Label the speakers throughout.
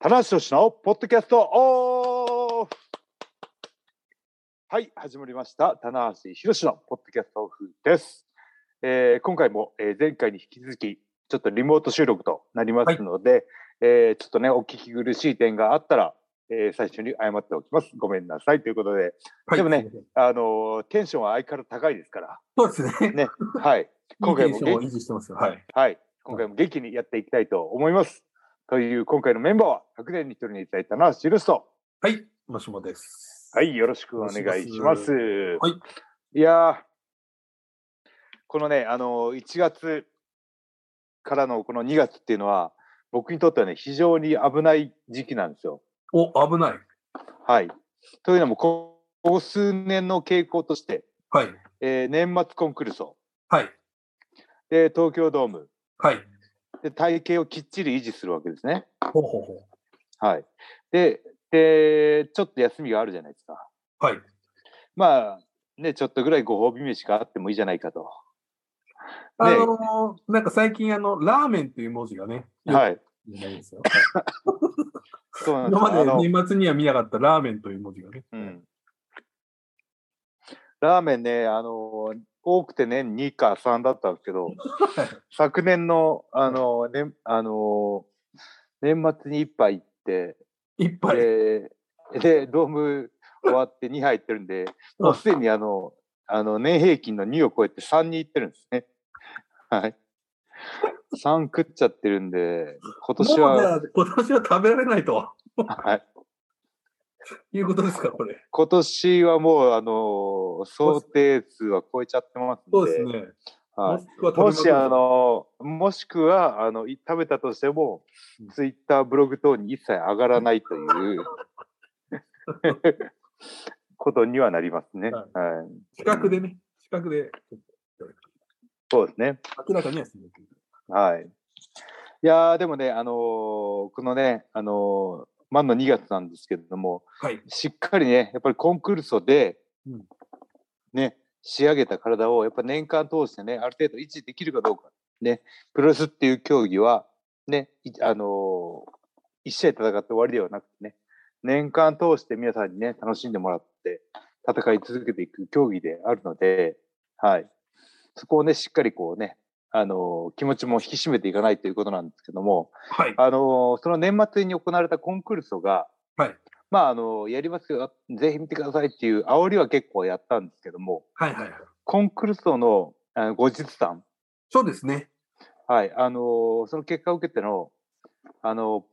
Speaker 1: 花橋俊のポッドキャストオフはい、始まりました。棚橋宏のポッドキャストオフです。えー今回も、えー前回に引き続き、ちょっとリモート収録となりますので、えーちょっとね、お聞き苦しい点があったら、えー最初に謝っておきます。ごめんなさいということで、
Speaker 2: はい
Speaker 1: でもね。あのーテンションは相変わらず高いですから、
Speaker 2: そうですね。
Speaker 1: ね、はい、今回
Speaker 2: いい
Speaker 1: も
Speaker 2: テンションを維持してますよ。はい。
Speaker 1: はい、今回も元気にやっていきたいと思います。という今回のメンバーは、100年に一人にいただいたのはシルスト。
Speaker 2: はい。もしもです。
Speaker 1: はい、よろしくお願いします。
Speaker 2: は
Speaker 1: い
Speaker 2: い。
Speaker 1: やーこのね、あのー、1月からのこの2月っていうのは、僕にとってはね、非常に危ない時期なんですよ。
Speaker 2: お、危ない。
Speaker 1: はい。というのも、こここ数年の傾向として、
Speaker 2: はい。
Speaker 1: えー年末コンクルーソ
Speaker 2: はい。
Speaker 1: で、東京ドーム、
Speaker 2: はい。
Speaker 1: で体型をきっちり維持するわけですね。
Speaker 2: ほうほうほ
Speaker 1: はい。で、で、ちょっと休みがあるじゃないですか。
Speaker 2: う。はい。
Speaker 1: まあ、ね、ちょっとぐらいご褒美飯があってもいいじゃないかと。
Speaker 2: あのーなんか最近、あの、ラーメンっていう文字がね、
Speaker 1: はい。
Speaker 2: い。ないですよ。
Speaker 1: そうなんです
Speaker 2: 今ま
Speaker 1: あ
Speaker 2: で
Speaker 1: の
Speaker 2: 年末には見なかったラーメンという文字がね。
Speaker 1: うん、ラーメンね、あの多くて年2か3だったんですけ ど、昨年の、あのねあの年末に1杯行って、
Speaker 2: 一杯。
Speaker 1: でで、ドーム終わって2杯行ってるんで、もうすでにあの、あの年平均の2を超えて3に行ってるんですね。はい。3食っちゃってるんで、今年
Speaker 2: もうじゃ
Speaker 1: は、
Speaker 2: あ今年は食べられないと
Speaker 1: はい、
Speaker 2: いうことですか、これ。
Speaker 1: 今年はもう、あの想定数は超えちゃってますんで。
Speaker 2: そうですね。
Speaker 1: はい、
Speaker 2: くは
Speaker 1: もし、あ
Speaker 2: の、
Speaker 1: の、もしくは、あの、い食べたとしても、ツイッター、ブログ等に一切上がらないという ことにはなりますね。は。
Speaker 2: はい視覚でね、視覚で、
Speaker 1: そうですね。
Speaker 2: 明らかにはする。
Speaker 1: はい。いやー、でもね、あのーこのね、あのー、満の2月なんですけれども、
Speaker 2: はい。
Speaker 1: しっかりね、やっぱりコンクールソで、
Speaker 2: うん
Speaker 1: ね、仕上げた体を、やっぱ年間通してね、ある程度維持できるかどうか。ね、プロレスっていう競技は、ね、いあのー、1試合戦って終わりではなくてね、年間通して皆さんにね、楽しんでもらって、戦い続けていく競技であるので、はい。そこをね、しっかりこうね、あのー気持ちも引き締めていかないということなんですけども、
Speaker 2: はい。
Speaker 1: あのーその年末に行われたコンクールソが、
Speaker 2: はい
Speaker 1: まあ、あのやりますよ、ぜひ見てくださいっていう煽りは結構やったんですけども、
Speaker 2: はい。はい。
Speaker 1: コンクールソのあの後日談、
Speaker 2: そうですね。
Speaker 1: はい、あのーその結果を受けての、あの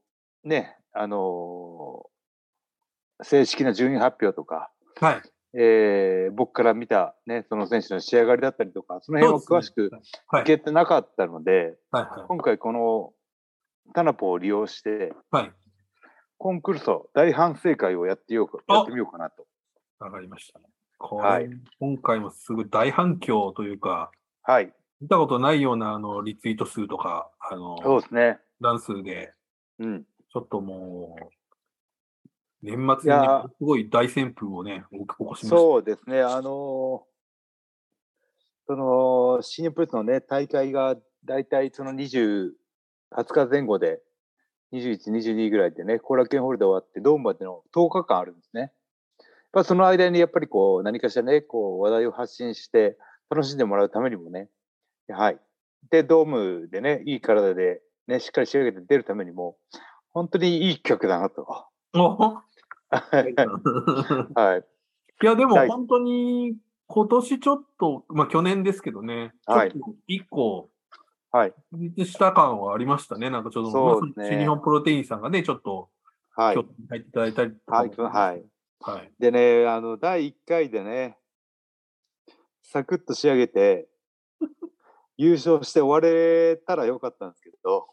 Speaker 1: ね、あの正式な順位発表とか、
Speaker 2: はい。
Speaker 1: えー僕から見た、ね、その選手の仕上がりだったりとか、その辺を詳しく
Speaker 2: はい。は
Speaker 1: 聞
Speaker 2: い。
Speaker 1: けてなかったので、
Speaker 2: はい。
Speaker 1: 今回このタナポを利用して、
Speaker 2: はい。
Speaker 1: コンクルーソ大反省会をやってようか
Speaker 2: あ
Speaker 1: やってみようかなと。
Speaker 2: わかりました。これ、
Speaker 1: はい
Speaker 2: 今回もすごい大反響というか、
Speaker 1: はい、
Speaker 2: 見たことないようなあのリツイート数とか、あ
Speaker 1: そう
Speaker 2: の、
Speaker 1: ですね。
Speaker 2: ダンスで、
Speaker 1: うん、
Speaker 2: ちょっともう、年末
Speaker 1: い
Speaker 2: に
Speaker 1: やー
Speaker 2: ねすごい大旋風をね、起こ起こしまし
Speaker 1: そうですね。あのーその新日本プロレスのね大会がだいたいその20 20日前後で21、22ぐらいでね、後楽園ホールで終わってドームまでの10日間あるんですね。まあその間にやっぱりこう何かしらねこう話題を発信して楽しんでもらうためにもね、はい。でドームでねいい体でねしっかり仕上げて出るためにも本当にいい企画だなと。
Speaker 2: た。お
Speaker 1: は はい。
Speaker 2: いや、でも
Speaker 1: はい
Speaker 2: 本当に、今年ちょっと、まあ去年ですけどね、
Speaker 1: はい
Speaker 2: ちょっと一個、
Speaker 1: はい。
Speaker 2: した感はありましたね。なんかちょっと、
Speaker 1: そうですね
Speaker 2: まあ新日本プロテインさんがね、ちょっと、
Speaker 1: はい
Speaker 2: 今。日入っていただいたりとか
Speaker 1: はい。はい。
Speaker 2: はい。
Speaker 1: でね、あの、第1回でね、サクッと仕上げて、優勝して終われたらよかったんですけど、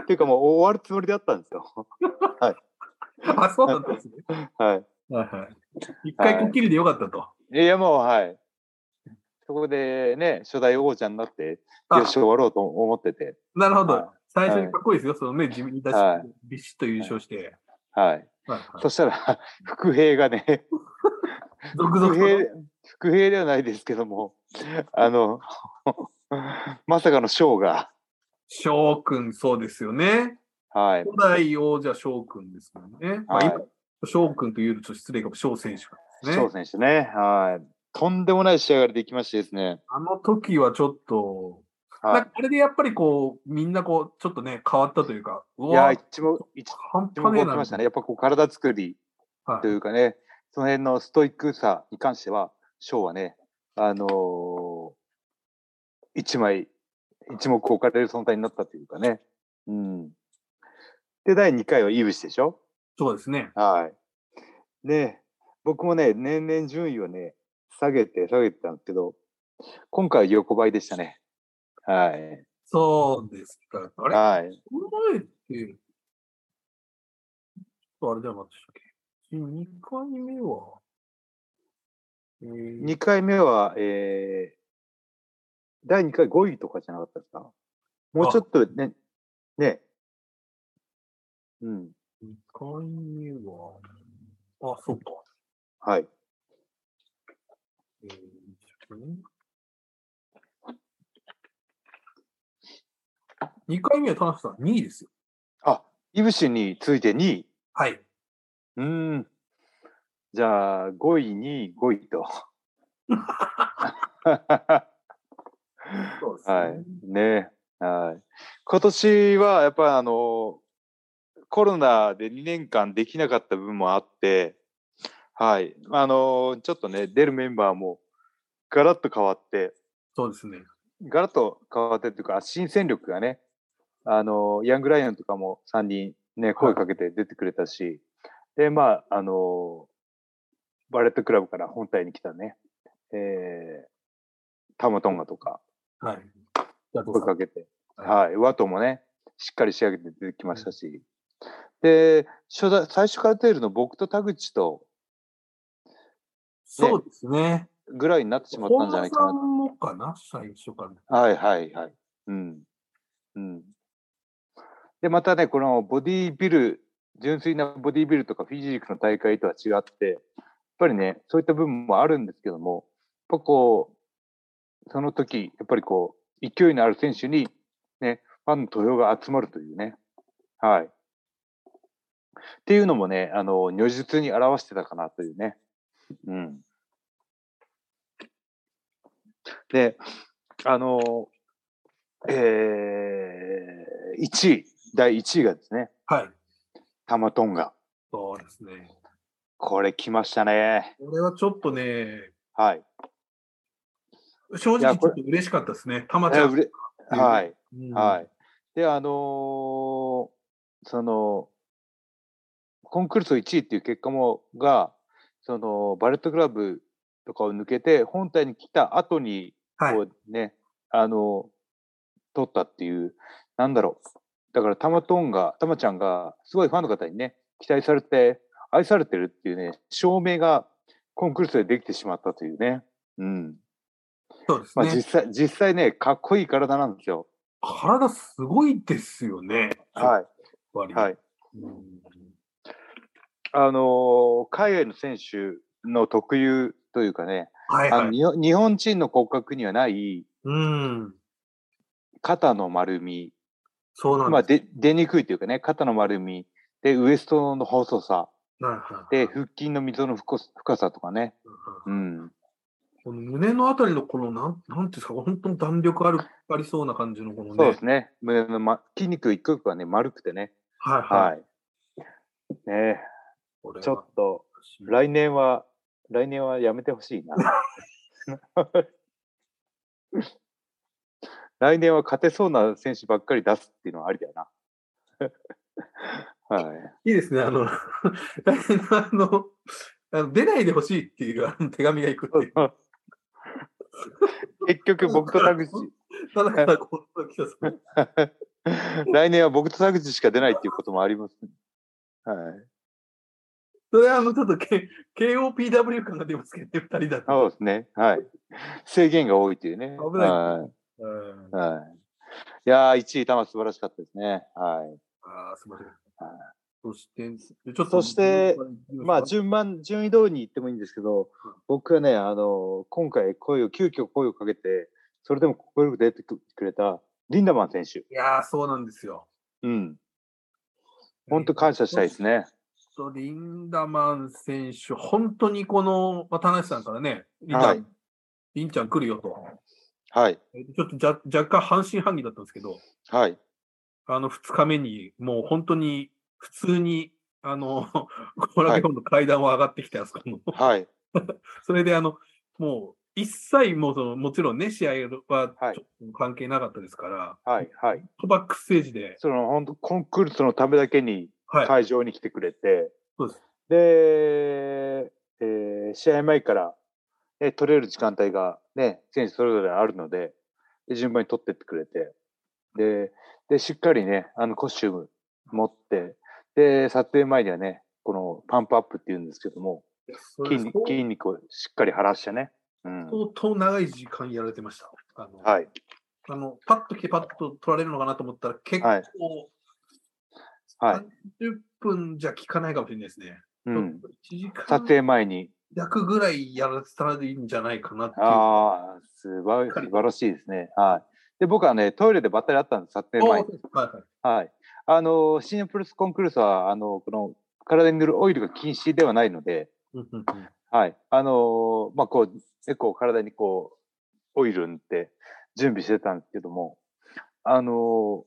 Speaker 1: っていうかもう終わるつもりだったんですよ。
Speaker 2: あ、そうなんですね。
Speaker 1: は
Speaker 2: はいはい。一回こっきりでよかったと。
Speaker 1: い。いや、もう、はい。そこでね、初代王者になって、
Speaker 2: あ
Speaker 1: よし、終わろうと思ってて、
Speaker 2: なるほ
Speaker 1: はい
Speaker 2: ど。最初にかっこいいですよ。そのね、自分に出し
Speaker 1: は
Speaker 2: て、ビシッと優勝して。
Speaker 1: はい。
Speaker 2: はい
Speaker 1: そした ら、伏兵がね、
Speaker 2: 続
Speaker 1: 伏
Speaker 2: 々と
Speaker 1: 兵、伏兵ではないですけども、あの、 まさかの賞が、
Speaker 2: 翔くん、そうですよね。
Speaker 1: はい。
Speaker 2: 古代王者翔くんですもんね。まあ、
Speaker 1: はい
Speaker 2: 今、翔くんというよりちょっと失礼かも、翔選手が
Speaker 1: 翔
Speaker 2: ですね。
Speaker 1: 選手ね。はい。とんでもない仕上がりでいきましてですね。
Speaker 2: あの時はちょっと、
Speaker 1: は
Speaker 2: なんかあれでやっぱりこう、みんなこう、ちょっとね、変わったというか、う
Speaker 1: い。いや
Speaker 2: わ
Speaker 1: ー、一目、一
Speaker 2: 半
Speaker 1: 目
Speaker 2: 端ねえ
Speaker 1: き
Speaker 2: な。
Speaker 1: ましたね。やっぱこう、体作り
Speaker 2: はい
Speaker 1: というかね、その辺のストイックさに関しては、翔はね、あのー一枚、一目置かれる存在になったというかね。うん。で、第2回はイブシでしょ
Speaker 2: そうですね。
Speaker 1: はい。で、僕もね、年々順位をね、下げて下げてたんですけど、今回は横ばいでしたね。はい。
Speaker 2: そうですか。あれ
Speaker 1: はい。
Speaker 2: この前って、ちょっとあれじゃなかったでしたっけ ?2 回目は、えー
Speaker 1: 2回目は、えー、第2回5位とかじゃなかったですかもうちょっとね、ね。うん。
Speaker 2: 2回目は、あ、そうか。
Speaker 1: はい。
Speaker 2: えーちょっとね2回目は田中さん2位ですよ。
Speaker 1: あ、イブシについて2位。
Speaker 2: はい。
Speaker 1: うーん。じゃあ、5位、2位、5位と。
Speaker 2: そうですね
Speaker 1: はい。ねはい。今年はやっぱりあの、コロナで2年間できなかった部分もあって、はい。あの、ちょっとね、出るメンバーもガラッと変わって、
Speaker 2: そうですね。
Speaker 1: ガラッと変わってっていうか、新戦力がね、あの、ヤングライオンとかも3人ね、声かけて出てくれたし、で、まあ、あの、バレットクラブから本体に来たね、えー、タマトンガとか、
Speaker 2: はい。じゃあどう
Speaker 1: 声
Speaker 2: ぞ
Speaker 1: かけて、
Speaker 2: は
Speaker 1: はい、ワトもね、しっかり仕上げて出てきましたし、で、初代、最初から出るの僕と田口と
Speaker 2: そうですね。
Speaker 1: ぐらいになってしまったんじゃないか
Speaker 2: 本間さ
Speaker 1: な。
Speaker 2: んもかな最初から。
Speaker 1: はいはいはい。うん。うん。で、またね、このボディービル、純粋なボディービルとかフィジークの大会とは違って、やっぱりね、そういった部分もあるんですけども、やっぱこう、その時、やっぱりこう、勢いのある選手に、ね、ファンの投票が集まるというね。はい。っていうのもね、あの、如実に表してたかなというね。うん。で、あの、えー、1位、第1位がですね、
Speaker 2: はい。
Speaker 1: タマトンガ。
Speaker 2: そうですね。
Speaker 1: これ来ましたね。
Speaker 2: これはちょっとね、
Speaker 1: はい。
Speaker 2: 正
Speaker 1: いや
Speaker 2: 直ち
Speaker 1: こ
Speaker 2: ょ
Speaker 1: れ
Speaker 2: っと嬉しかったですね。たまち
Speaker 1: え
Speaker 2: ゃ
Speaker 1: ー
Speaker 2: ん。
Speaker 1: うれはい。
Speaker 2: うん
Speaker 1: はい。。で、あのーその、コンクルール1位っていう結果も、が、その、バレットクラブとかを抜けて、本体に来た後に、
Speaker 2: はい。
Speaker 1: こうね、あの、取ったっていう、なんだろう。だから、たまとんが、たまちゃんが、すごいファンの方にね、期待されて、愛されてるっていうね、証明が、コンクルールでできてしまったというね。うん。
Speaker 2: そうです
Speaker 1: まあ、
Speaker 2: ね。
Speaker 1: 実際、実際ね、かっこいい体なんですよ。
Speaker 2: 体すごいですよね。い。
Speaker 1: は
Speaker 2: 割
Speaker 1: い。
Speaker 2: に
Speaker 1: はい。
Speaker 2: うん
Speaker 1: あのー海外の選手の特有というかね、
Speaker 2: はい
Speaker 1: あ
Speaker 2: は
Speaker 1: の
Speaker 2: い。
Speaker 1: 日本日本人の骨格にはない
Speaker 2: うん。
Speaker 1: 肩の丸み、
Speaker 2: そうなん
Speaker 1: まあ、
Speaker 2: です。
Speaker 1: で出にくいというかね、肩の丸み、で、ウエストの細さ、
Speaker 2: はいはいは
Speaker 1: で、
Speaker 2: い
Speaker 1: 腹筋の溝の深さ深さとかね、うん、
Speaker 2: この胸のあたりのこのなん、なんていうんですか、本当に弾力ある、ありそうな感じのこのね。
Speaker 1: そうですね、胸の、ま、筋肉一個一個がね、丸くてね、
Speaker 2: はいはい。
Speaker 1: はい。ね
Speaker 2: これは
Speaker 1: ちょっと、
Speaker 2: 素晴らし
Speaker 1: 来年は、来年はやめてほしいな。 来年は勝てそうな選手ばっかり出すっていうのはありだよな。 はい
Speaker 2: いいいですね。あの、来年のあの、あの出ないでほしいっていうあの手紙がいくっていう。
Speaker 1: い。結局僕と田口、
Speaker 2: ただただこの時はその
Speaker 1: 来年は僕と田口しか出ないっていうこともあります、ね。はい。
Speaker 2: それはあの、ちょっと、K、KOPW 感が出ますけどね、二人だと。
Speaker 1: そうですね。はい。制限が多いというね。
Speaker 2: 危ない
Speaker 1: は
Speaker 2: うん
Speaker 1: い。はい、いやー、1位、玉素晴らしかったですね。はい。
Speaker 2: ああ、すみません
Speaker 1: はい。
Speaker 2: そして、ちょっと
Speaker 1: そして、まあ、
Speaker 2: じ
Speaker 1: 順番、順位通りに行ってもいいんですけど、僕はね、あの、今回声を、急遽声をかけて、それでも心よく出てくれた、リンダマン選手。
Speaker 2: いやー、そうなんですよ。
Speaker 1: うん。本当感謝したいですね。
Speaker 2: とリンダマン選手、本当にこの、まあ、田中さんからね、リンダ
Speaker 1: はい
Speaker 2: リンちゃん来るよと、
Speaker 1: はい。
Speaker 2: ちょっとじゃ若干半信半疑だったんですけど、
Speaker 1: はい。
Speaker 2: あの2日目に、もう本当に普通に、あの、 コラケホンの階段を上がってきて、あそこの。
Speaker 1: はい。
Speaker 2: それで、あの、もう、一切もうその、もちろんね、試合は
Speaker 1: はい
Speaker 2: ちょっと関係なかったですから、
Speaker 1: はい。はい。
Speaker 2: トバックステージで、
Speaker 1: その、本当コンクールのためだけに
Speaker 2: はい、
Speaker 1: 会場に来てくれて、
Speaker 2: そうです
Speaker 1: で、えー試合前から、ね、取れる時間帯が、ね、選手それぞれあるので、で順番に取ってってくれて、で、でしっかりね、あのコスチューム持って、で、撮影前にはね、このパンプアップっていうんですけども、
Speaker 2: それ
Speaker 1: 筋肉筋肉をしっかり晴らしてね。うん。
Speaker 2: 相当長い時間やられてました。あの
Speaker 1: はい。
Speaker 2: あのパッと来てパッと取られるのかなと思ったら、結構、
Speaker 1: はいはい。
Speaker 2: 10分じゃ効かないかもしれないですね。
Speaker 1: うん。
Speaker 2: 1時
Speaker 1: 撮
Speaker 2: 間
Speaker 1: 影前に、
Speaker 2: 弱ぐらいやらせたらいいんじゃないかなっていう。
Speaker 1: ああ、素晴素晴らしいですね。はい。で、僕はね、トイレでばったり会ったんです、撮影前
Speaker 2: はい
Speaker 1: に。
Speaker 2: はい、
Speaker 1: はい。あの、シニアプロレスコンクールスは、あの、この、体に塗るオイルが禁止ではないので、
Speaker 2: うんうんうん
Speaker 1: はい。あの、まあ、こう、結構体にこう、オイル塗って準備してたんですけども、あの、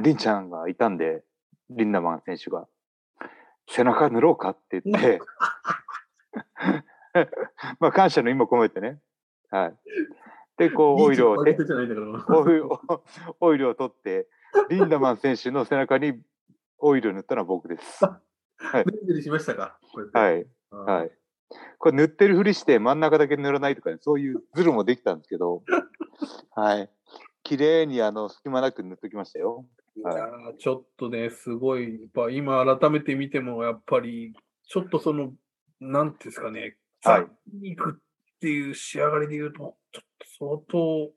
Speaker 1: リンちゃんがいたんで、リンダマン選手が、背中塗ろうかって言 って、 まあ、感謝の意味も込めてね、はい。で、こう、オイルを
Speaker 2: リ
Speaker 1: 手
Speaker 2: ーチのバイトじゃないんだ から
Speaker 1: オイルをオイルを取って、リンダマン選手の背中にオイルを塗ったのは僕です。
Speaker 2: メンデリしましたかい。
Speaker 1: はい。はい。これ塗ってるふりして真ん中だけ塗らないとかね、そういうズルもできたんですけど、はい。綺麗にあの隙間なく塗っときましたよ。
Speaker 2: いや
Speaker 1: はい
Speaker 2: ーちょっとね、すごい、やっぱ今改めて見ても、やっぱり、ちょっとその、なんていうんですかね、
Speaker 1: はい
Speaker 2: 筋肉っていう仕上がりで言うと、ちょっと相当、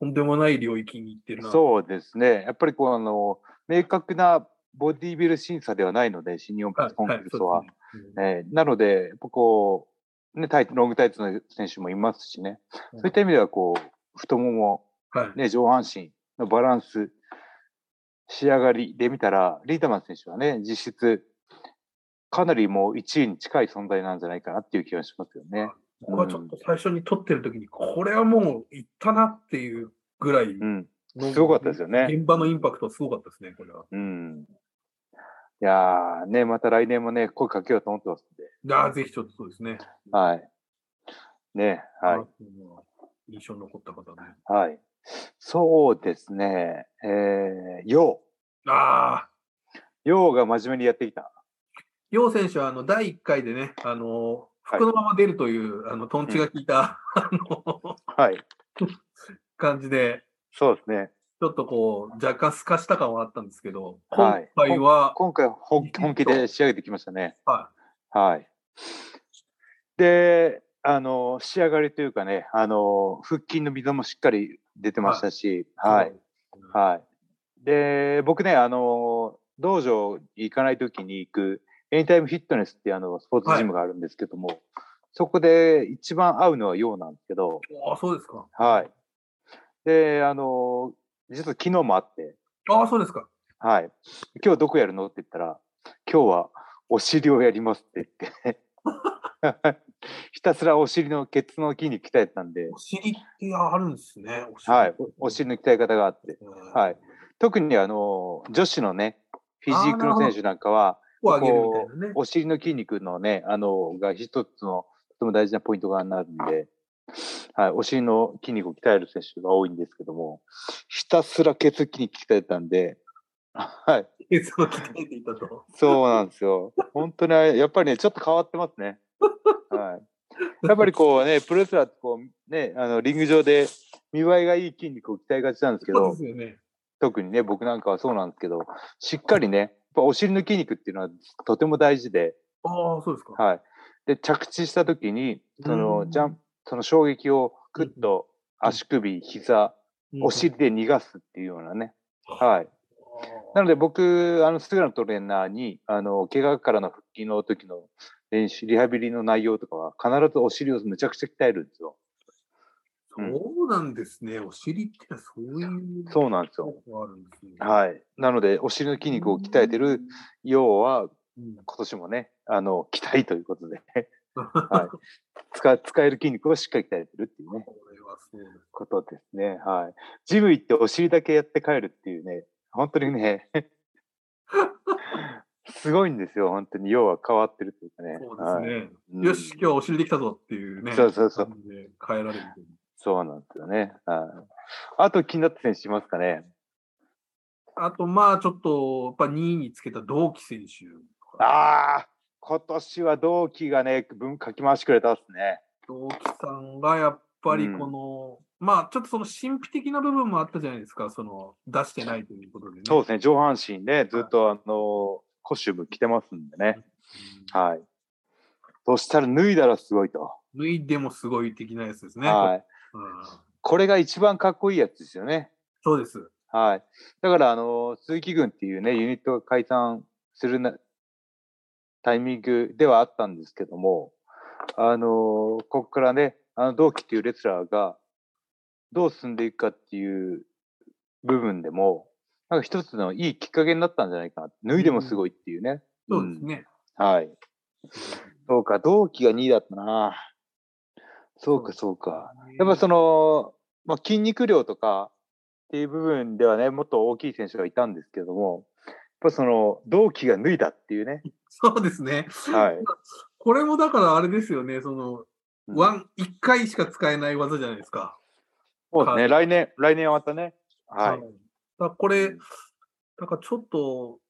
Speaker 2: とんでもない領域に行ってるな。
Speaker 1: そうですね。やっぱりこうあの、明確なボディビル審査ではないので、新日本プロ
Speaker 2: は
Speaker 1: レ
Speaker 2: い
Speaker 1: スコンクールスは。
Speaker 2: いそうですね
Speaker 1: えーなので、やっぱこう、ね、タイツロングタイツの選手もいますしね、
Speaker 2: うん
Speaker 1: そういった意味では、こう、太もも、
Speaker 2: うんはい。
Speaker 1: ね、上半身のバランス、仕上がりで見たら、リーダーマン選手はね、実質、かなりもう1位に近い存在なんじゃないかなっていう気がしますよね。
Speaker 2: 僕はちょっと最初に撮ってる時に、これはもういったなっていうぐらい
Speaker 1: うん、うん
Speaker 2: の
Speaker 1: すごかったですよね
Speaker 2: 現場のインパクトはすごかったですね、これは。
Speaker 1: うん。いやー、ね、また来年もね、声かけようと思ってますんで、
Speaker 2: ああ、ぜひちょっとそうですね。
Speaker 1: はい。ね、はい。
Speaker 2: い。印象に残った方ね。
Speaker 1: はい。そうですね。えー、よ
Speaker 2: ああ、
Speaker 1: う。ようが真面目にやってきた。
Speaker 2: 楊選手はあの第1回でね、あの
Speaker 1: はい
Speaker 2: 服のまま出るという、あのトンチが効いた、あの
Speaker 1: はい。
Speaker 2: 感じで、
Speaker 1: そうですね。
Speaker 2: ちょっとこう、若干すかした感はあったんですけど、
Speaker 1: はい
Speaker 2: 今回は、
Speaker 1: 今回本本気で仕上げてきましたね。
Speaker 2: は
Speaker 1: はい。で、あの、仕上がりというかね、あの、腹筋の溝もしっかり出てましたし、はい。はい。で、僕ね、あの、道場行かないときに行く、エニタイムフィットネスっていうあの、スポーツジムがあるんですけども、そこで一番合うのはようなんですけど、
Speaker 2: ああ、そうですか。
Speaker 1: はい。で、あの、実は昨日もあって、
Speaker 2: ああ、そうですか。
Speaker 1: はい。今日どこやるのって言ったら、今日はお尻をやりますって言って、 ひたすらお尻のケツの筋肉鍛えてたんで、
Speaker 2: お尻ってあるんですね。お尻
Speaker 1: はい。おお尻の鍛え方があって、はい。特にあの、女子のね、フィジークの選手なんかは、
Speaker 2: こう上げるみたいなね。
Speaker 1: お尻の筋肉のね、あの、が一つのとても大事なポイントがなるんで、はい、お尻の筋肉を鍛える選手が多いんですけども、ひたすら血筋肉鍛えてたんで、はい、
Speaker 2: そう鍛えていたと。
Speaker 1: そうなんですよ。本当にあれ、やっぱりね、ちょっと変わってますね。はい。やっぱりこうね、プロレスラーってこう、ね、あの、リング上で見栄えがいい筋肉を鍛えがちなんですけ
Speaker 2: そうで
Speaker 1: ど、
Speaker 2: すよね。
Speaker 1: 特にね、僕なんかはそうなんですけど、しっかりね、やっぱお尻の筋肉っていうのはとても大事で、
Speaker 2: ああ、そうですか。
Speaker 1: はい。で、着地した時に、そうの、
Speaker 2: ん
Speaker 1: ジャンプ、その衝撃をぐっと足首、膝、
Speaker 2: うん
Speaker 1: お尻で逃がすっていうようなね。はい。
Speaker 2: あ
Speaker 1: なので僕、あの、菅野トレーナーに、あの、怪我からの復帰の時の練習、リハビリの内容とかは、必ずお尻をめちゃくちゃ鍛えるんですよ。
Speaker 2: あそうなんですね。お尻ってそういう。
Speaker 1: そうなんですよ。
Speaker 2: があるんですね。
Speaker 1: はい。なので、お尻の筋肉を鍛えてる、要は、
Speaker 2: うん。
Speaker 1: 今年もね、あの、期待ということ で、はい、使使える筋肉をしっかり鍛えてるっていうね、
Speaker 2: これはそうです。
Speaker 1: ことですね。はい。ジム行ってお尻だけやって帰るっていうね、本当にね、 すごいんですよ、本当に。要は変わってるっていうかね。
Speaker 2: そうですね。
Speaker 1: はい
Speaker 2: よし、今日
Speaker 1: うん
Speaker 2: お尻できたぞっていうね。
Speaker 1: そうそうそう
Speaker 2: 感じで変えられる。
Speaker 1: そうなんですよね。はいあと気になった選手いますかね。
Speaker 2: あと、まあ、ちょっと、やっぱ2位につけた同期選手。
Speaker 1: ああ、今年は同期がね、分書き回してくれたっすね。
Speaker 2: 同期さんがやっぱりこの、まあ、ちょっとその神秘的な部分もあったじゃないですか、その出してないということでね。
Speaker 1: そう
Speaker 2: う
Speaker 1: ですね、上半身でずっと、あの、コシュム着てますんでね。
Speaker 2: ん
Speaker 1: はい。そしたら脱いだらすごいと。
Speaker 2: 脱いでもすごい的なやつですね。
Speaker 1: はい。
Speaker 2: うん
Speaker 1: これが一番かっこいいやつですよね。
Speaker 2: そうです。
Speaker 1: はい。だから、あの、鈴木軍っていうね、ユニットが解散するなタイミングではあったんですけども、あの、ここからね、あの、同期っていうレスラーが、どう進んでいくかっていう部分でも、なんか一つのいいきっかけになったんじゃないかな。脱いでもすごいっていうね。
Speaker 2: そうですね。
Speaker 1: うん。はい。そうか、同期が2位だったな。そうか、そうか。やっぱその、まあ、筋肉量とかっていう部分ではね、もっと大きい選手がいたんですけども、やっぱその、同期が脱いだっていう ね。
Speaker 2: そうですね。
Speaker 1: はい。
Speaker 2: これもだからあれですよね、その、
Speaker 1: うん
Speaker 2: ワン、一回しか使えない技じゃないですか。
Speaker 1: そうです
Speaker 2: は
Speaker 1: ね。
Speaker 2: い
Speaker 1: 来年、来年はまたね。は
Speaker 2: うん
Speaker 1: い。
Speaker 2: だからこ
Speaker 1: う
Speaker 2: れ
Speaker 1: ん、
Speaker 2: だからちょっと、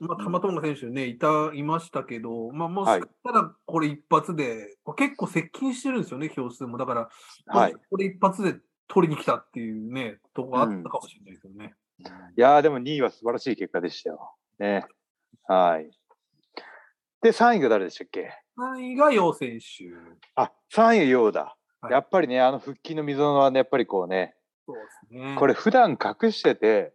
Speaker 2: まあ、たまたま選手ね、いた、いましたけど、まあ、もし
Speaker 1: は
Speaker 2: か
Speaker 1: い
Speaker 2: したら、これ一発で、まあ結構接近してるんですよね、表紙でも。だから、
Speaker 1: はい。い
Speaker 2: これ一発で取りに来たっていうね、とこあったかもしれないですよね。
Speaker 1: やー、でも2位は素晴らしい結果でしたよ。ね。はい。で、3位が誰でしたっけ
Speaker 2: 3位が楊選手。
Speaker 1: あ、3位ようだ。
Speaker 2: はい
Speaker 1: やっぱりね、あの腹筋の溝はね、やっぱりこうね、
Speaker 2: そうですね。
Speaker 1: これ普段隠してて、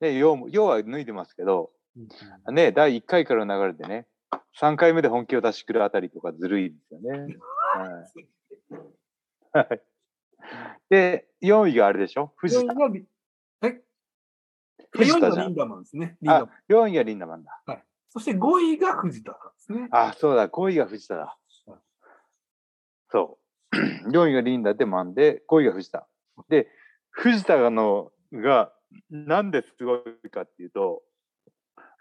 Speaker 1: ね、よう、ようは脱いでますけど、
Speaker 2: うんうん
Speaker 1: ね、第1回からの流れでね、3回目で本気を出してくるあたりとかずるいですよね。 はい。はい、で、4位があれでしょ藤田。
Speaker 2: 4位がえ
Speaker 1: 藤田じゃん
Speaker 2: 4位がリンダマンですね。リンダマ
Speaker 1: あ
Speaker 2: ン。、
Speaker 1: 4位がリンダマンだ。
Speaker 2: そして5位が藤田なんですね。
Speaker 1: あ、そうだ、5位が藤田だ。そう。4位がリ ンダでマンで、5位が藤田。で、藤田がのが、なんですごいかっていうと、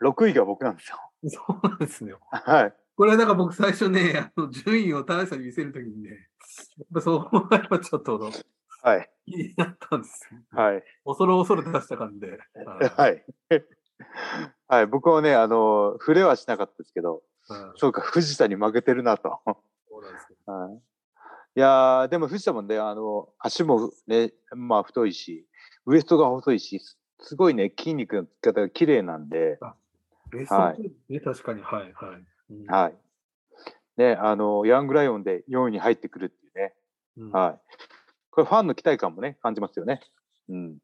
Speaker 1: 6位が僕なんですよ。
Speaker 2: そうなんですね。
Speaker 1: はい。
Speaker 2: これはなんか僕最初ね、 あの順位を田中さんに見せるときにね、やっぱそう思えばちょっと
Speaker 1: はい。
Speaker 2: 気になったんですよ。
Speaker 1: はい。
Speaker 2: 恐る恐る出した感じで。あ
Speaker 1: はい。 はい、僕もね、あの、触れはしなかったですけど、
Speaker 2: あ
Speaker 1: そうか、藤田に負けてるなと。
Speaker 2: そうなんですよ
Speaker 1: はいいやーでも藤田もね、あの、足もね、まあ太いし、ウエストが細いし、すすごいね、筋肉のつき方が綺麗なんで、
Speaker 2: ベスト
Speaker 1: はい
Speaker 2: 4ですね、確かに。はい、はい。うん
Speaker 1: はい。ね、あの、ヤングライオンで4位に入ってくるっていうね、
Speaker 2: うん
Speaker 1: はい。これファンの期待感もね、感じますよね。うん。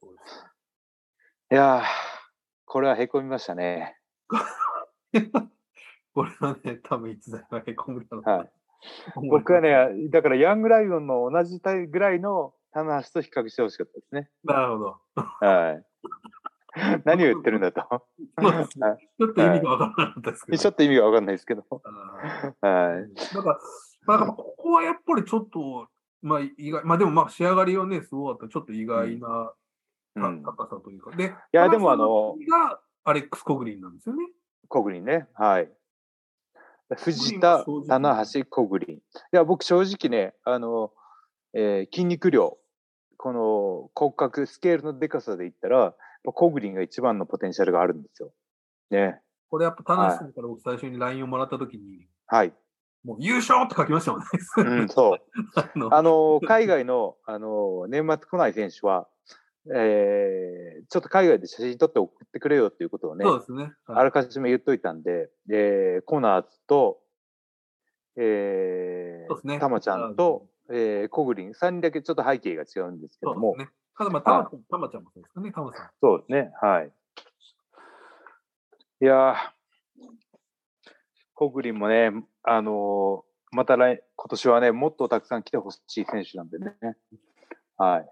Speaker 2: そうです
Speaker 1: いやーこれは凹みましたね。
Speaker 2: これはね、多分いつだかへこむだろうな
Speaker 1: はい。僕はね、だからヤングライオンの同じぐらいの棚橋と比較してほしかったですね。
Speaker 2: なるほど。
Speaker 1: はい。何を言ってるんだと。
Speaker 2: そうですね
Speaker 1: は
Speaker 2: ちょっと意味がわからなかったですけ
Speaker 1: い
Speaker 2: ど。
Speaker 1: ちょっと意味がわかんないですけど。
Speaker 2: あー
Speaker 1: はい。
Speaker 2: だから、まあ、だからここはやっぱりちょっと、まあ、意外、まあでもまあ仕上がりはね、すごかった。ちょっと意外な
Speaker 1: う
Speaker 2: た
Speaker 1: ん、
Speaker 2: 高さというか。で、い
Speaker 1: やでもあの、
Speaker 2: がアレックス・コグリンなんですよね。
Speaker 1: コグリンね。はい。藤田
Speaker 2: は正直、
Speaker 1: 棚橋、コグリン。いや、僕正直ね、あの、えー筋肉量、この骨格、スケールのでかさで言ったら、やっぱコグリンが一番のポテンシャルがあるんですよ。ね。
Speaker 2: これやっぱ、田中さんから僕最初に LINE をもらったときに、
Speaker 1: はい。
Speaker 2: もう優勝って書きましたもんね。
Speaker 1: うん、そう。
Speaker 2: あの
Speaker 1: あの、海外の、あの、年末来ない選手は、えーちょっと海外で写真撮って送ってくれよっていうことをね、
Speaker 2: そうですね。
Speaker 1: あ
Speaker 2: はい
Speaker 1: らかじめ言っといたんで、えーコナーズと、え
Speaker 2: そうですね
Speaker 1: ー、たまちゃんと、えー、コグリン、3人だけちょっと背景が違うんですけど
Speaker 2: そうで
Speaker 1: も
Speaker 2: す、ね。ただ、まあ、たまちゃんたまちゃんもそうですかね、たまさん。
Speaker 1: そうですね、はい。いやー、コグリンもね、あのまた来、今年はね、もっとたくさん来てほしい選手なんでね。はい。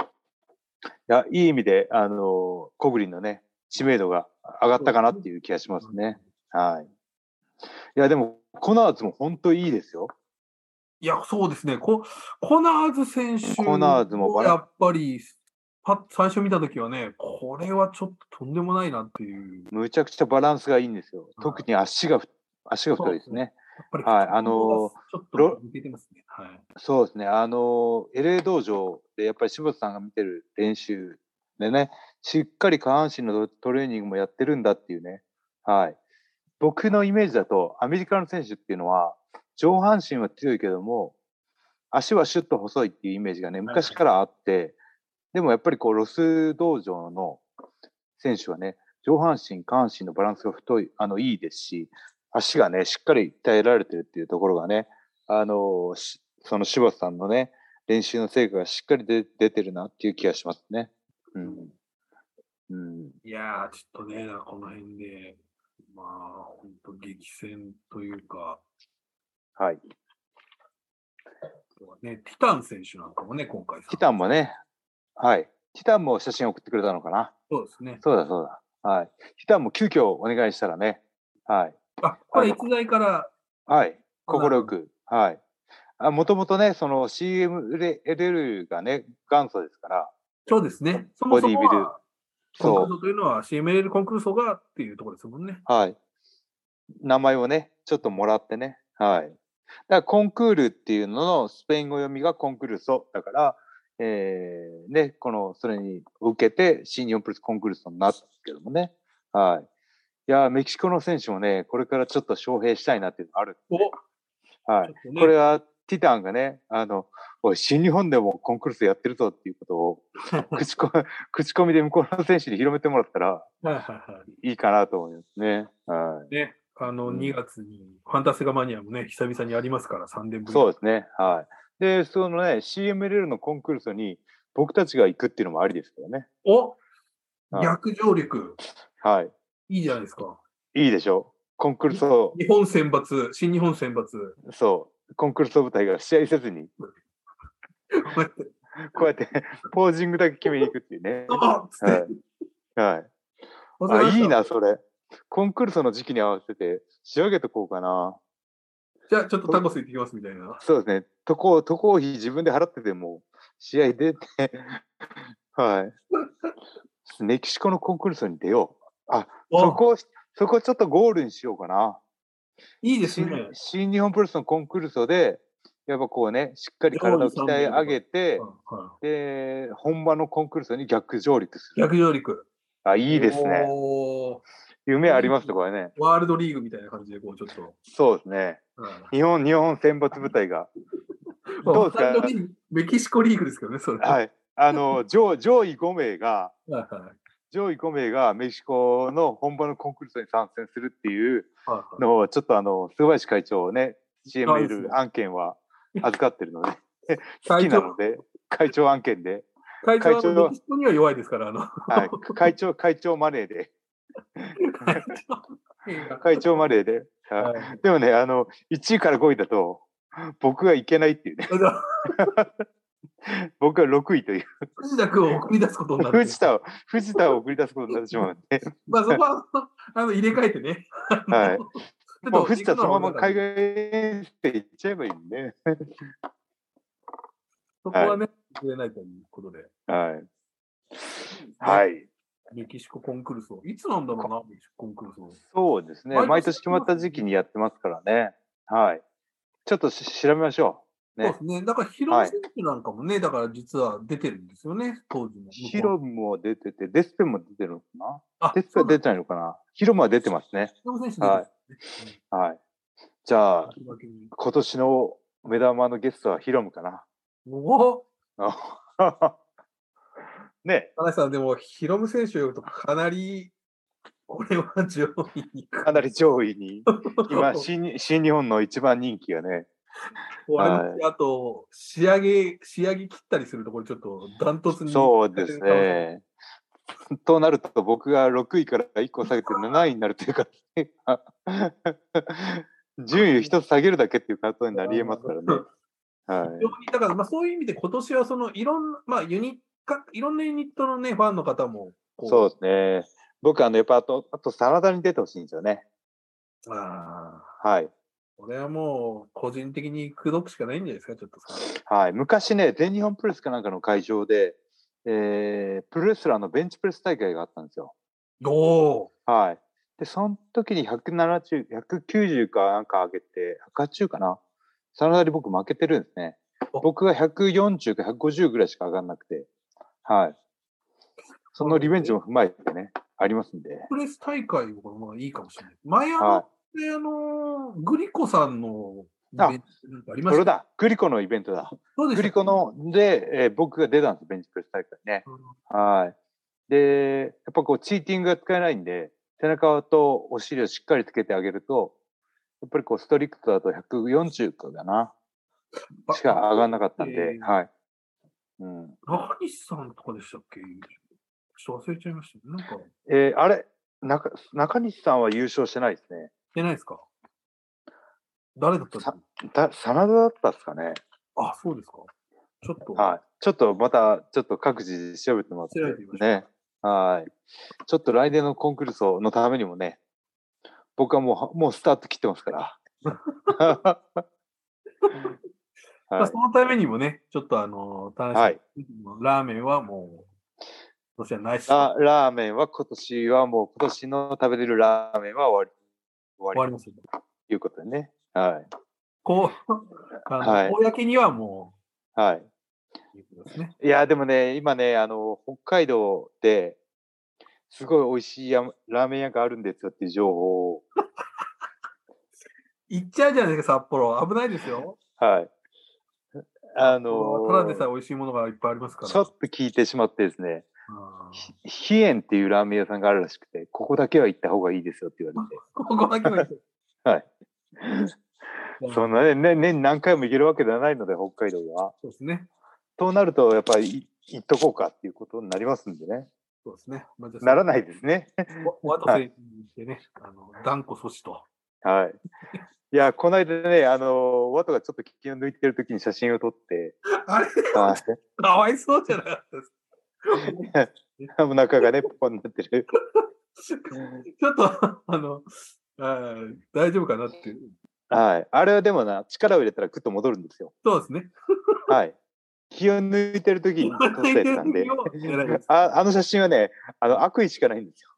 Speaker 1: いや、いい意味で、あの、コグリンのね、知名度が上がったかなっていう気がしますね。はい。いや、でも、コナーズも本当いいですよ。
Speaker 2: いや、そうですね。ココナーズ選手
Speaker 1: コナーズもバラ
Speaker 2: やっぱり、パッ最初見たときはね、これはちょっととんでもないなっていう。
Speaker 1: むちゃくちゃバランスがいいんですよ。
Speaker 2: い
Speaker 1: 特に足が、足が太いですね。
Speaker 2: やっぱり、
Speaker 1: はいあの
Speaker 2: ちょっ
Speaker 1: ロ
Speaker 2: と抜けてますね。はい。
Speaker 1: そうですね、あの、LA 道場でやっぱり柴田さんが見てる練習でね、しっかり下半身のトレーニングもやってるんだっていうね、はい。僕のイメージだと、アメリカの選手っていうのは、上半身は強いけども、足はシュッと細いっていうイメージがね、昔からあって、でもやっぱりこう、ロス道場の選手はね、上半身、下半身のバランスが太い、あの、いいですし、足がね、しっかり鍛えられてるっていうところがね、あの、しその柴田さんのね、練習の成果がしっかり出出てるなっていう気がしますね。うん。うん。
Speaker 2: いやー、ちょっとね、なんかこの辺で、まあ、本当激戦というか、
Speaker 1: はい。
Speaker 2: ね、ティタン選手なんかもね、今回。
Speaker 1: ティタンもね、はい。ティタンも写真送ってくれたのかな。
Speaker 2: そうですね。
Speaker 1: そうだそうだ。はい。ティタンも急遽お願いしたらね、はい。
Speaker 2: あ、これ逸材から、
Speaker 1: はい。
Speaker 2: そうな
Speaker 1: 心
Speaker 2: の
Speaker 1: よく。はい。あもともとね、その CMLL がね、元祖ですから、
Speaker 2: そうですね。そもそも
Speaker 1: ボディビル
Speaker 2: は、コンク
Speaker 1: そ
Speaker 2: ルーソというのは CMLL コンクルーソがっていうところですもんね。
Speaker 1: う。はい。名前をね、ちょっともらってね。はい。だからコンクールっていうののスペイン語読みがコンクルソだから、えー、ね、この、それに受けて、新日本プロレスコンクルソになったんですけどもね。はい。いやー、メキシコの選手もね、これからちょっと招聘したいなっていうのがある。
Speaker 2: お
Speaker 1: はい
Speaker 2: ちょ。っとね
Speaker 1: これはティタンがね、あの、おい、新日本でもコンクールスやってるぞっていうことを、口コ口コミで向こうの選手に広めてもらったら
Speaker 2: はいはいはい。
Speaker 1: いかなと思いますね。はい
Speaker 2: ね、あの、
Speaker 1: うん
Speaker 2: 2月にファンタスガマニアもね、久々にありますから、3年
Speaker 1: い。
Speaker 2: ぶり。
Speaker 1: そうですね。はい。で、そのね、CMLL のコンクールスに僕たちが行くっていうのもありですけどね。
Speaker 2: お
Speaker 1: はい
Speaker 2: 逆上陸。
Speaker 1: はい
Speaker 2: いじゃないですか。。
Speaker 1: いいでしょう。コンクールスを、
Speaker 2: 日本選抜、新日本選抜。
Speaker 1: そう、コンクールス舞台が試合せずに、こうや ってポージングだけ決めに行くっていうね。
Speaker 2: あっつって。
Speaker 1: はい。はい。あ、いい。な、 それ。コンクールスの時期に合わせて仕上げとこうかな。
Speaker 2: じゃあ、ちょっとタコス行ってきますみたいな。
Speaker 1: そうですね。渡航、渡航費自分で払ってても、試合出て、 はい。メキシコのコンクールスに出よう。そ
Speaker 2: お
Speaker 1: こ、そこちょっとゴールにしようかな。
Speaker 2: いいです
Speaker 1: 新
Speaker 2: ね。
Speaker 1: 新日本プロレスのコンクールスで、やっぱこうね、しっかり体を鍛え上げて、で、本場のコンクールスに逆上陸する。
Speaker 2: 逆上陸。
Speaker 1: あ、いいですね。
Speaker 2: おー
Speaker 1: 夢ありますね、これね。
Speaker 2: ワールドリーグみたいな感じで、こう、ちょっと。
Speaker 1: そうですね。
Speaker 2: うん
Speaker 1: 日本、日本選抜部隊が。どうですか
Speaker 2: まあ完全にメキシコリーグですけどね、それ。
Speaker 1: はい。あの、上上位5名が、
Speaker 2: い。はいはい
Speaker 1: 上位5名がメキシコの本場のコンクールスに参戦するっていう
Speaker 2: はい
Speaker 1: のを、ちょっとあの、菅林会長をね、
Speaker 2: はいそう
Speaker 1: CML 案件は預かってるので、好
Speaker 2: 会
Speaker 1: きな
Speaker 2: 長
Speaker 1: ので、会長案件で、
Speaker 2: 会長
Speaker 1: 会長
Speaker 2: は
Speaker 1: は
Speaker 2: メキシコには弱いですから、あの。
Speaker 1: はい、会長、会長マネーで、
Speaker 2: 会長
Speaker 1: 会長マネーで。は
Speaker 2: はい
Speaker 1: いでもね、あの、1位から5位だと、僕がいけないっていうね、 僕が6位という、
Speaker 2: 藤田君を送り出すことになる。
Speaker 1: 藤田を、藤田を送り出すことになってしま うんで、
Speaker 2: まあそこはあの入れ替えてね。
Speaker 1: はい
Speaker 2: ちょっと
Speaker 1: もう藤田そのまま海外遠征行っちゃえばいいんで、
Speaker 2: そこはね、触れないということで。
Speaker 1: はい。はい。
Speaker 2: メキシココンクルーソいつなんだろうな、メキシココンクルーソ
Speaker 1: そうですね。毎
Speaker 2: 毎年
Speaker 1: 年決まった時期にやってますからね。はい。ちょっとし調べましょう。
Speaker 2: そう
Speaker 1: ね
Speaker 2: で。すね。だから、ヒロミ選手なんかもね、だから実は出てるんですよね、当時の。
Speaker 1: ヒロムも出てて、デスペも出てるのかな
Speaker 2: あ
Speaker 1: デスペ
Speaker 2: そ
Speaker 1: は
Speaker 2: うなん
Speaker 1: 出
Speaker 2: だ
Speaker 1: てないのかなヒロムは出てますね。
Speaker 2: ヒロミ選手出てる
Speaker 1: ははい。はい。じゃあ、
Speaker 2: 引き分けに
Speaker 1: 今年の目玉のゲストはヒロムかな。
Speaker 2: おお
Speaker 1: あ ね
Speaker 2: 田中さん、でも、ヒロム選手よりとかなり、俺は上位に行く
Speaker 1: かなり上位に、今、新日新日本の一番人気がね、
Speaker 2: 俺のあと、仕上げ、仕上げ切ったりするところ、ちょっとダントツに。
Speaker 1: そうです。ね。となると、僕が6位から1個下げて7位になるというか、 順位を一つ下げるだけっていうことになりえます からね。
Speaker 2: 非
Speaker 1: はい。
Speaker 2: 常にだから、まあ、そういう意味で今年はそのいろんな、まあ、ユニかいろんなユニットのね、ファンの方も、こ
Speaker 1: そうですね。僕、あの、やっぱ、あと、あと、真田に出てほしいんですよね。
Speaker 2: う。ああ、
Speaker 1: はい。
Speaker 2: これはもう、個人的に口説くしかないんじゃないですか、ちょっとさ。
Speaker 1: はい。昔ね、全日本プロレスかなんかの会場で、えー、プロレスラーのベンチプレス大会があったんですよ。
Speaker 2: おー
Speaker 1: はい。で、その時に170、190かなんか上げて、180かな。真田に僕負けてるんですね。
Speaker 2: お
Speaker 1: 僕が140か150ぐらいしか上がんなくて。はい。そのリベンジも踏まえてね、ありますんで。
Speaker 2: プレス大会もこのままいいかもしれない。前あの、
Speaker 1: は
Speaker 2: であのグリコさんの
Speaker 1: あ
Speaker 2: イベントなんかありま
Speaker 1: そ
Speaker 2: した
Speaker 1: れだ、グリコのイベントだ。
Speaker 2: そうで
Speaker 1: グ
Speaker 2: した
Speaker 1: リコので、えー僕が出たんです、ベンチプレス大会ね。はい。で、やっぱこう、チーティングが使えないんで、背中とお尻をしっかりつけてあげると、やっぱりこう、ストリクトだと140かだな、
Speaker 2: あ
Speaker 1: しか上がらなかったんで
Speaker 2: え、ー
Speaker 1: はい。うん。
Speaker 2: 中西さんとかでしたっけちょっと忘れちゃいました。なんか、
Speaker 1: えーあれ、中中西さんは優勝してないですね。
Speaker 2: 出ないですか誰だったんですか
Speaker 1: だ真田だったですかね。
Speaker 2: あ、そうですか。ちょっと、
Speaker 1: はい。ちょっとまた、ちょっと各自調べても
Speaker 2: 調
Speaker 1: ら
Speaker 2: べ
Speaker 1: って
Speaker 2: みましょう
Speaker 1: ね。はい。ちょっと来年のコンクルールソのためにもね、僕はもう、もうスタート切ってますから。
Speaker 2: まあ、
Speaker 1: は
Speaker 2: そのためにもね、ちょっとあのー、田
Speaker 1: い。
Speaker 2: 中
Speaker 1: は
Speaker 2: さ
Speaker 1: い、
Speaker 2: んラーメンはもう、今年はないし、終
Speaker 1: ララーメンは今年はもう今年の食べれるラーメンは終わり、終わ
Speaker 2: わ
Speaker 1: り
Speaker 2: りますよ。
Speaker 1: ということでね。はい。
Speaker 2: こ う、あの、
Speaker 1: はい
Speaker 2: 公にはも
Speaker 1: はい。
Speaker 2: う、いうことですね。
Speaker 1: いや、でもね、今ね、あの、北海道で、すごい美味しいやラーメン屋があるんですよっていう情報を、
Speaker 2: 行っちゃうじゃないですか、札幌。危ないですよ。
Speaker 1: はい。あ
Speaker 2: も
Speaker 1: の
Speaker 2: うただでさえ美味しいものがいっぱいありますから。
Speaker 1: ちょっと聞いてしまってですね、
Speaker 2: うん
Speaker 1: ひえんっていうラーメン屋さんがあるらしくて、ここだけは行った方がいいですよって言われ
Speaker 2: ここだけは。
Speaker 1: はい
Speaker 2: うん。
Speaker 1: て、そんなね、ね年に何回も行けるわけではないので、北海道は。
Speaker 2: そうですね。
Speaker 1: となると、やっぱりい行っとこうかっていうことになりますんでね。
Speaker 2: そうですね。まあ、じゃあ
Speaker 1: ならないですね。
Speaker 2: おお後ででね、あの断固阻止と。
Speaker 1: はい。いや、この間ね、あの、ワトがちょっと気を抜いてる時に写真を撮って、
Speaker 2: あれ
Speaker 1: はい
Speaker 2: かわいそうじゃなかったです
Speaker 1: お腹がね、ポコになってる。
Speaker 2: ちょっと、あの、あー大丈夫かなっていう。
Speaker 1: はい。あれはでもな、力を入れたらグッと戻るんですよ。
Speaker 2: そうですね。
Speaker 1: はい。気を抜いてる時に撮ったやつなんで
Speaker 2: 気を抜いてる時を狙い撃つ。
Speaker 1: ああの写真はね、あの悪意しかないんですよ。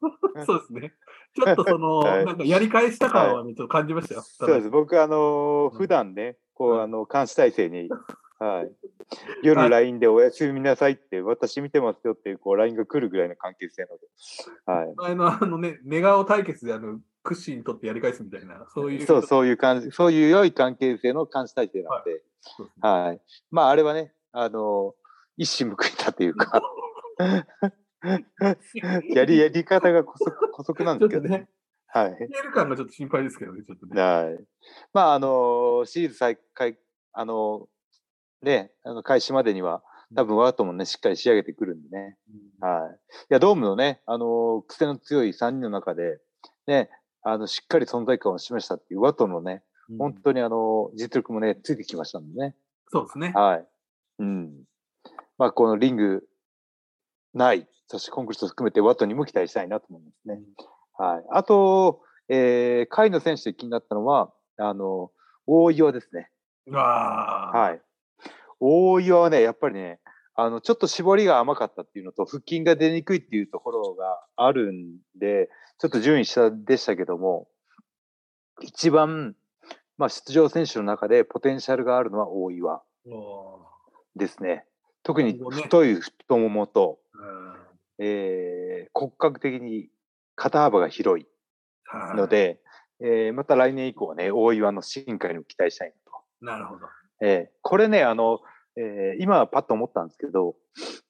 Speaker 2: そうですね。ちょっとその、
Speaker 1: はい
Speaker 2: なんかやり返した感はね、ちょっと感じましたよ。
Speaker 1: そうで
Speaker 2: ただ
Speaker 1: す。僕、あのー
Speaker 2: うん
Speaker 1: 普段ね、こ
Speaker 2: う
Speaker 1: う、
Speaker 2: ん
Speaker 1: あの、監視体制に、 はい。
Speaker 2: は
Speaker 1: 夜
Speaker 2: い
Speaker 1: LINE でおやすみなさいって、私見てますよっていう、こう、LINE が来るぐらいの関係性なので。はい。
Speaker 2: 前のあのね、寝顔対決であの、クッシーにとってやり返すみたいな、そういう。
Speaker 1: そう、そういう感じ、そういう良い関係性の監視体制なので、
Speaker 2: そうですね
Speaker 1: はい。まあ、あれはね、あのー一矢報いたというか、 やり、やり方が古速、古速なん
Speaker 2: ち
Speaker 1: で
Speaker 2: ょっ
Speaker 1: すけ
Speaker 2: と
Speaker 1: ど
Speaker 2: ね
Speaker 1: ね。、はい。
Speaker 2: 見える感がちょっと心配ですけどね、ちょっとね。
Speaker 1: はい。まあ、あの、シリーズ再開、あの、ね、あの開始までには、多分ワートもね、しっかり仕上げてくるんでね。はい。いや、ドームのね、あの、癖の強い3人の中で、ね、あの、しっかり存在感を示したっていう、ワートのね、
Speaker 2: うん
Speaker 1: 本当にあの、実力もね、ついてきましたんでね。
Speaker 2: そうですね。
Speaker 1: はい。うん。まあ、このリング、ない、そしてコンクリート含めてワットにも期待したいなと思いますね。はい。あと、えー、下位の選手で気になったのは、あの、大岩ですね。
Speaker 2: うわー
Speaker 1: はい。大岩はね、やっぱりね、あの、ちょっと絞りが甘かったっていうのと、腹筋が出にくいっていうところがあるんで、ちょっと順位下でしたけども、一番、まあ、出場選手の中でポテンシャルがあるのは大岩
Speaker 2: おー
Speaker 1: ですね。特に
Speaker 2: なるほどね
Speaker 1: 太い太ももと、
Speaker 2: うん
Speaker 1: えー骨格的に肩幅が広い
Speaker 2: はい
Speaker 1: ので、えーまた来年以降はね、大岩の進化にも期待したいな
Speaker 2: なるほど。
Speaker 1: と。えーこれね、あの、えー今はパッと思ったんですけど、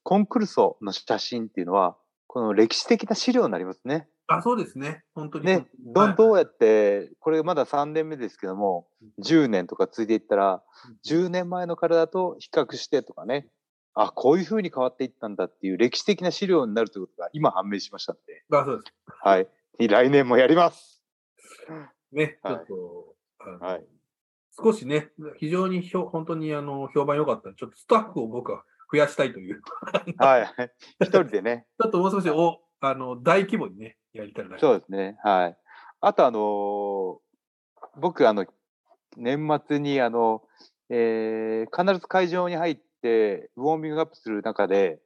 Speaker 1: コンクルソの写真っていうのは、この歴史的な資料になりますね。
Speaker 2: あ、そうですね。本当に。
Speaker 1: ね、どんどうやって、これまだ3年目ですけども、10年とかついていったら、10年前の体と比較してとかね、あ、こういうふうに変わっていったんだっていう歴史的な資料になるということが今判明しましたんで、
Speaker 2: あ、そうです。
Speaker 1: はい。来年もやります。
Speaker 2: ね、ちょ
Speaker 1: はい
Speaker 2: っと、あの
Speaker 1: はい。
Speaker 2: 少しね、非常にひょ本当にあの評判良かった。ちょっとスタッフを僕は増やしたいという。
Speaker 1: はい。一人でね。
Speaker 2: ちょっともう少しおあの大規模にね、やりたいな。
Speaker 1: そうですね。はい。あと、あのー僕、あの、年末に、あの、えー必ず会場に入って、ウォーミングアップする中で、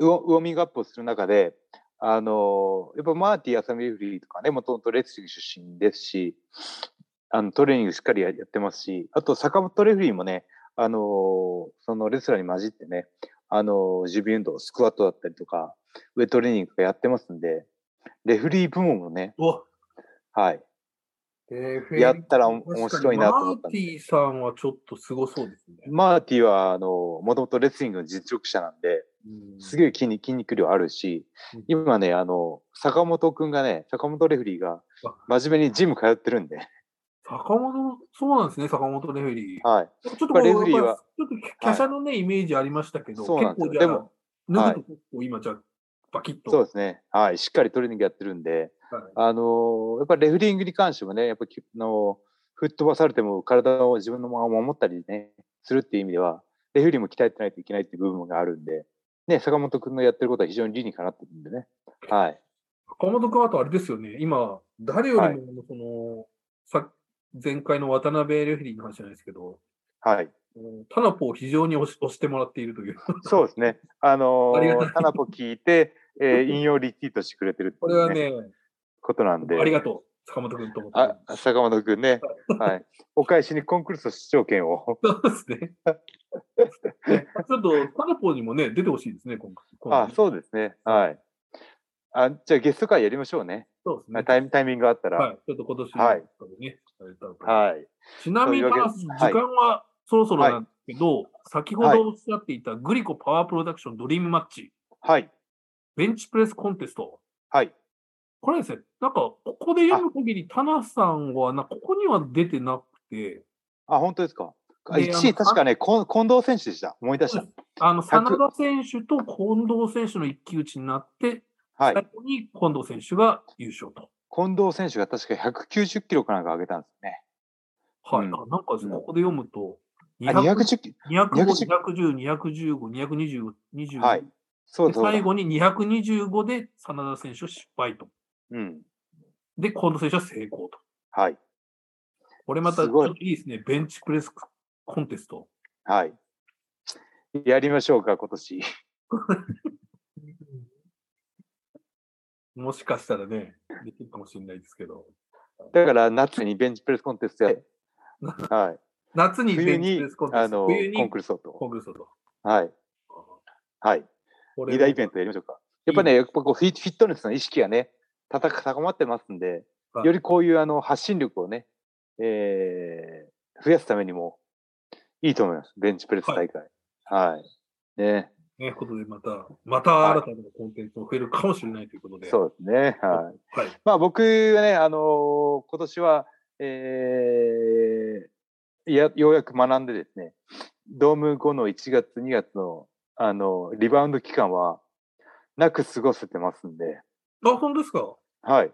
Speaker 1: ウォウォーミングアップをする中で、あのーやっぱマーティー・アサミフリーとかね、もともとレスリング出身ですし、あのトレーニングしっかりややってますし、あと坂本レフェリーもね、あのーそのレスラーに混じってね、あのー、自備運動、スクワットだったりとか、ウェイトレーニングとかやってますんで、レフェリー部門もね、
Speaker 2: お
Speaker 1: はい、
Speaker 2: えー
Speaker 1: やったら面白いなと思ったんで
Speaker 2: マーティさんはちょっとすごそうですね。
Speaker 1: マーティは、あのー、もともとレスリングの実力者なんで、すげえ筋肉筋肉量あるし
Speaker 2: うん、
Speaker 1: 今ね、あの、坂本くんがね、坂本レフェリーが
Speaker 2: あ
Speaker 1: 真面目にジム通ってるんで、
Speaker 2: 坂本、そうなんですね、坂本レフェリー。
Speaker 1: はい。
Speaker 2: ちょっと
Speaker 1: これレフェリーは
Speaker 2: やっぱりちょっと華奢のね、イメージありましたけど、
Speaker 1: そうなんですよ
Speaker 2: 結構じゃあ、
Speaker 1: でも
Speaker 2: 脱ぐと結構今じゃあ、バキッと。
Speaker 1: そうですね。はい。しっかりトレーニングやってるんで、
Speaker 2: はい
Speaker 1: あのーやっぱレフェリングに関してもね、やっぱきあの吹っ飛ばされても体を自分のまま守ったりね、するっていう意味では、レフェリーも鍛えてないといけないっていう部分があるんで、ね、坂本君のやってることは非常に理にかなってるんでね。はい。
Speaker 2: 坂本君はあとあれですよね、今、誰よ
Speaker 1: は
Speaker 2: りも、その、さ前回の渡辺レフェリーの話じゃないですけど、
Speaker 1: はい。
Speaker 2: うんタナポを非常に押し押してもらっているという。
Speaker 1: そうですね。あの
Speaker 2: ありがた
Speaker 1: ー
Speaker 2: い、
Speaker 1: タナポ聞いて、えー引用リツイートしてくれてるって
Speaker 2: こ
Speaker 1: い
Speaker 2: れは
Speaker 1: う、
Speaker 2: ね、
Speaker 1: ことなんで。
Speaker 2: ありがとう、坂本君と思って。
Speaker 1: あ、坂本くんね。はい。お返しにコンクルール出場権を。
Speaker 2: そうです ね。ちょっと、タナポにもね、出てほしいですね、今回。今度
Speaker 1: あ、そうですね。はい。あ、じゃあゲスト会やりましょうね。
Speaker 2: そうですね。
Speaker 1: タイミタイミングがあったら。
Speaker 2: は、
Speaker 1: はい
Speaker 2: ちょっと今年
Speaker 1: はい
Speaker 2: ね、やれたらと
Speaker 1: い。
Speaker 2: ちなみに、
Speaker 1: というわけで
Speaker 2: 高橋時
Speaker 1: はい
Speaker 2: 間はそろそろなんですけど、先ほどおっしゃっていたグリコパワープロダクションドリームマッチ、
Speaker 1: はい。
Speaker 2: ベンチプレスコンテスト。
Speaker 1: はい。
Speaker 2: これですね、なんか、ここで読む限り、タナさんはな、ここには出てなくて、
Speaker 1: あ、本当ですか。あ
Speaker 2: であの
Speaker 1: 1位、確かね、こん近藤選手でした。思い出した。
Speaker 2: あの、
Speaker 1: 100
Speaker 2: 真田選手と近藤選手の一騎打ちになって、
Speaker 1: はい
Speaker 2: 最。後に近藤選手が優勝と。
Speaker 1: 近藤選手が確か190キロかなんか上げたんですね。
Speaker 2: はい。
Speaker 1: うん
Speaker 2: あなんかですね、
Speaker 1: うん
Speaker 2: ここで読むと、
Speaker 1: あ、
Speaker 2: 200
Speaker 1: 210キロ。
Speaker 2: 205、210、215、220、25、
Speaker 1: はいそう
Speaker 2: で
Speaker 1: そうだ。
Speaker 2: 最後に225で真田選手失敗と。
Speaker 1: うん。
Speaker 2: で、近藤選手は成功と。
Speaker 1: はい。
Speaker 2: これまた
Speaker 1: すごい
Speaker 2: ちょっといいですね。ベンチプレスコンテスト。
Speaker 1: はい。やりましょうか、今年。
Speaker 2: もしかしたらね、できるかもしれないですけど。
Speaker 1: だから夏にベンチプレスコンテストやって。はい。
Speaker 2: 夏にベ
Speaker 1: 冬
Speaker 2: ンチ
Speaker 1: に
Speaker 2: プレスコン、テ
Speaker 1: あ
Speaker 2: スト。
Speaker 1: の、
Speaker 2: 冬に
Speaker 1: コン
Speaker 2: コ
Speaker 1: クルソート。
Speaker 2: ンクルートと。
Speaker 1: はい。はい。
Speaker 2: こ
Speaker 1: 二大イベントやりましょうか。やっぱね、やっぱこうフィフィットネスの意識がね、高く高まってますんで、
Speaker 2: はい
Speaker 1: よりこういうあの発信力をね、えー、増やすためにもいいと思います。ベンチプレス大会。はい。ね、
Speaker 2: ね、ことでまた、また新たなコンテンツも増えるかもしれないということで。
Speaker 1: そうですね。はい。
Speaker 2: はい。
Speaker 1: まあ僕はね、あのー今年は、えー、や、ようやく学んでですね、ドーム後の1月、2月の、あの、リバウンド期間は、なく過ごせてますんで、
Speaker 2: あ、本当ですか
Speaker 1: はい。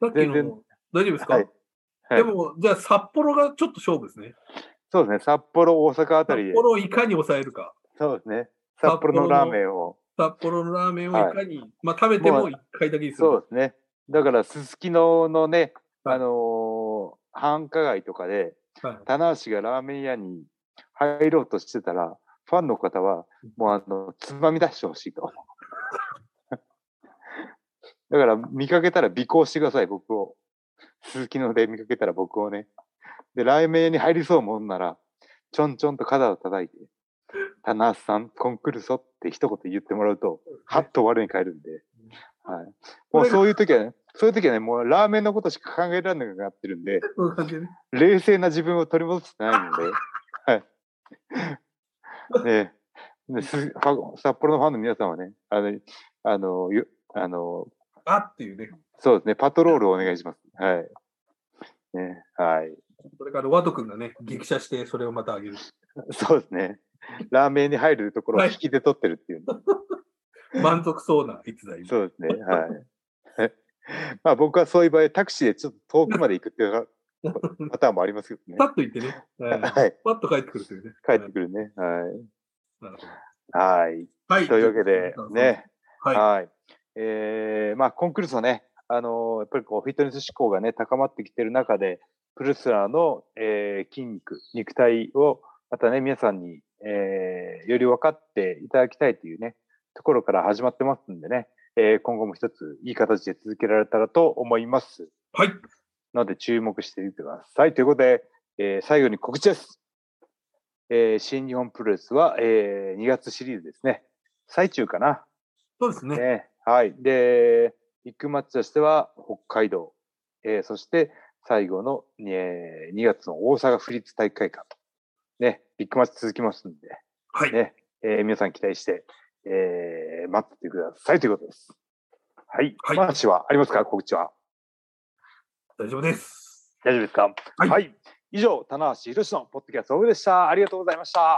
Speaker 2: さっき
Speaker 1: 全
Speaker 2: の、
Speaker 1: 然
Speaker 2: 大丈夫ですか、
Speaker 1: はいはい
Speaker 2: でも、じゃあ札幌がちょっと勝負ですね。
Speaker 1: そうですね、札幌、大阪あたり
Speaker 2: 札
Speaker 1: で、
Speaker 2: 幌をいかに抑えるか。
Speaker 1: そうですね、札幌のラーメンを、
Speaker 2: 札幌のラーメンをいかに、まあ食べても一回だけですよね
Speaker 1: そうですね、だからすすきののね、
Speaker 2: はい
Speaker 1: あのー繁華街とかで、
Speaker 2: はい、
Speaker 1: 棚橋がラーメン屋に入ろうとしてたら、ファンの方は
Speaker 2: うん、
Speaker 1: もうあの、つまみ出してほしい と。だから、見かけたら尾行してください、僕を。鈴木ので見かけたら僕をね。で、ラーメン屋に入りそうもんなら、ちょんちょんと肩を叩いて、棚橋さん、コンクルソって一言言ってもらうと、はっと我に返るんで。はい。もうそういう時はね、そういう時はね、もうラーメンのことしか考えられなくなってるんで、
Speaker 2: そういう感じでね。
Speaker 1: 冷静な自分を取り戻せてないので、はい。ねえねすか札幌のファンの皆さんはね、あの、あの、よあの
Speaker 2: あっていうね。
Speaker 1: そうですね、パトロールをお願い します。はい。ね、はい。
Speaker 2: それからワト君がね、激写して、それをまた上げる。
Speaker 1: そうですね。ラーメンに入るところを引きで取ってるっていう、
Speaker 2: 満足そうな逸材。
Speaker 1: そうですね。はい。 まあ僕はそういう場合、タクシーでちょっと遠くまで行くって いうパターンもありますけどね
Speaker 2: パ。ッと行ってね。は い
Speaker 1: はい。
Speaker 2: パッと帰ってくるというね。
Speaker 1: 帰ってくるね。はい。
Speaker 2: なるほど
Speaker 1: はい。
Speaker 2: はい。
Speaker 1: というわけで、ね。
Speaker 2: はい。
Speaker 1: はい。えーまあ、コンクルールのね、あのーやっぱりこう、フィットネス志向がね、高まってきてる中で、プルスラーの、えー筋肉、肉体を、またね、皆さんに、えーより分かっていただきたいというね、ところから始まってますんでね、えー今後も一ついい形で続けられたらと思います。
Speaker 2: はい。
Speaker 1: なので注目してみてください。ということで、えー最後に告知です。えー新日本プロレスは、え2月シリーズですね。最中かな。
Speaker 2: そう ですね。
Speaker 1: ね、はい。で、ビッグマッチとしては北海道、えーそして最後の、えー2月の大阪府立体育会館と、ね、ビッグマッチ続きますんで、
Speaker 2: はい。
Speaker 1: ね、えー皆さん期待して、えー待っててくださいということです。はい。
Speaker 2: はい
Speaker 1: 話はありますか告知は。
Speaker 2: 大丈夫です。
Speaker 1: 大丈夫ですか
Speaker 2: はい
Speaker 1: 以上、棚橋宏のポッドキャストオブでした。ありがとうございました。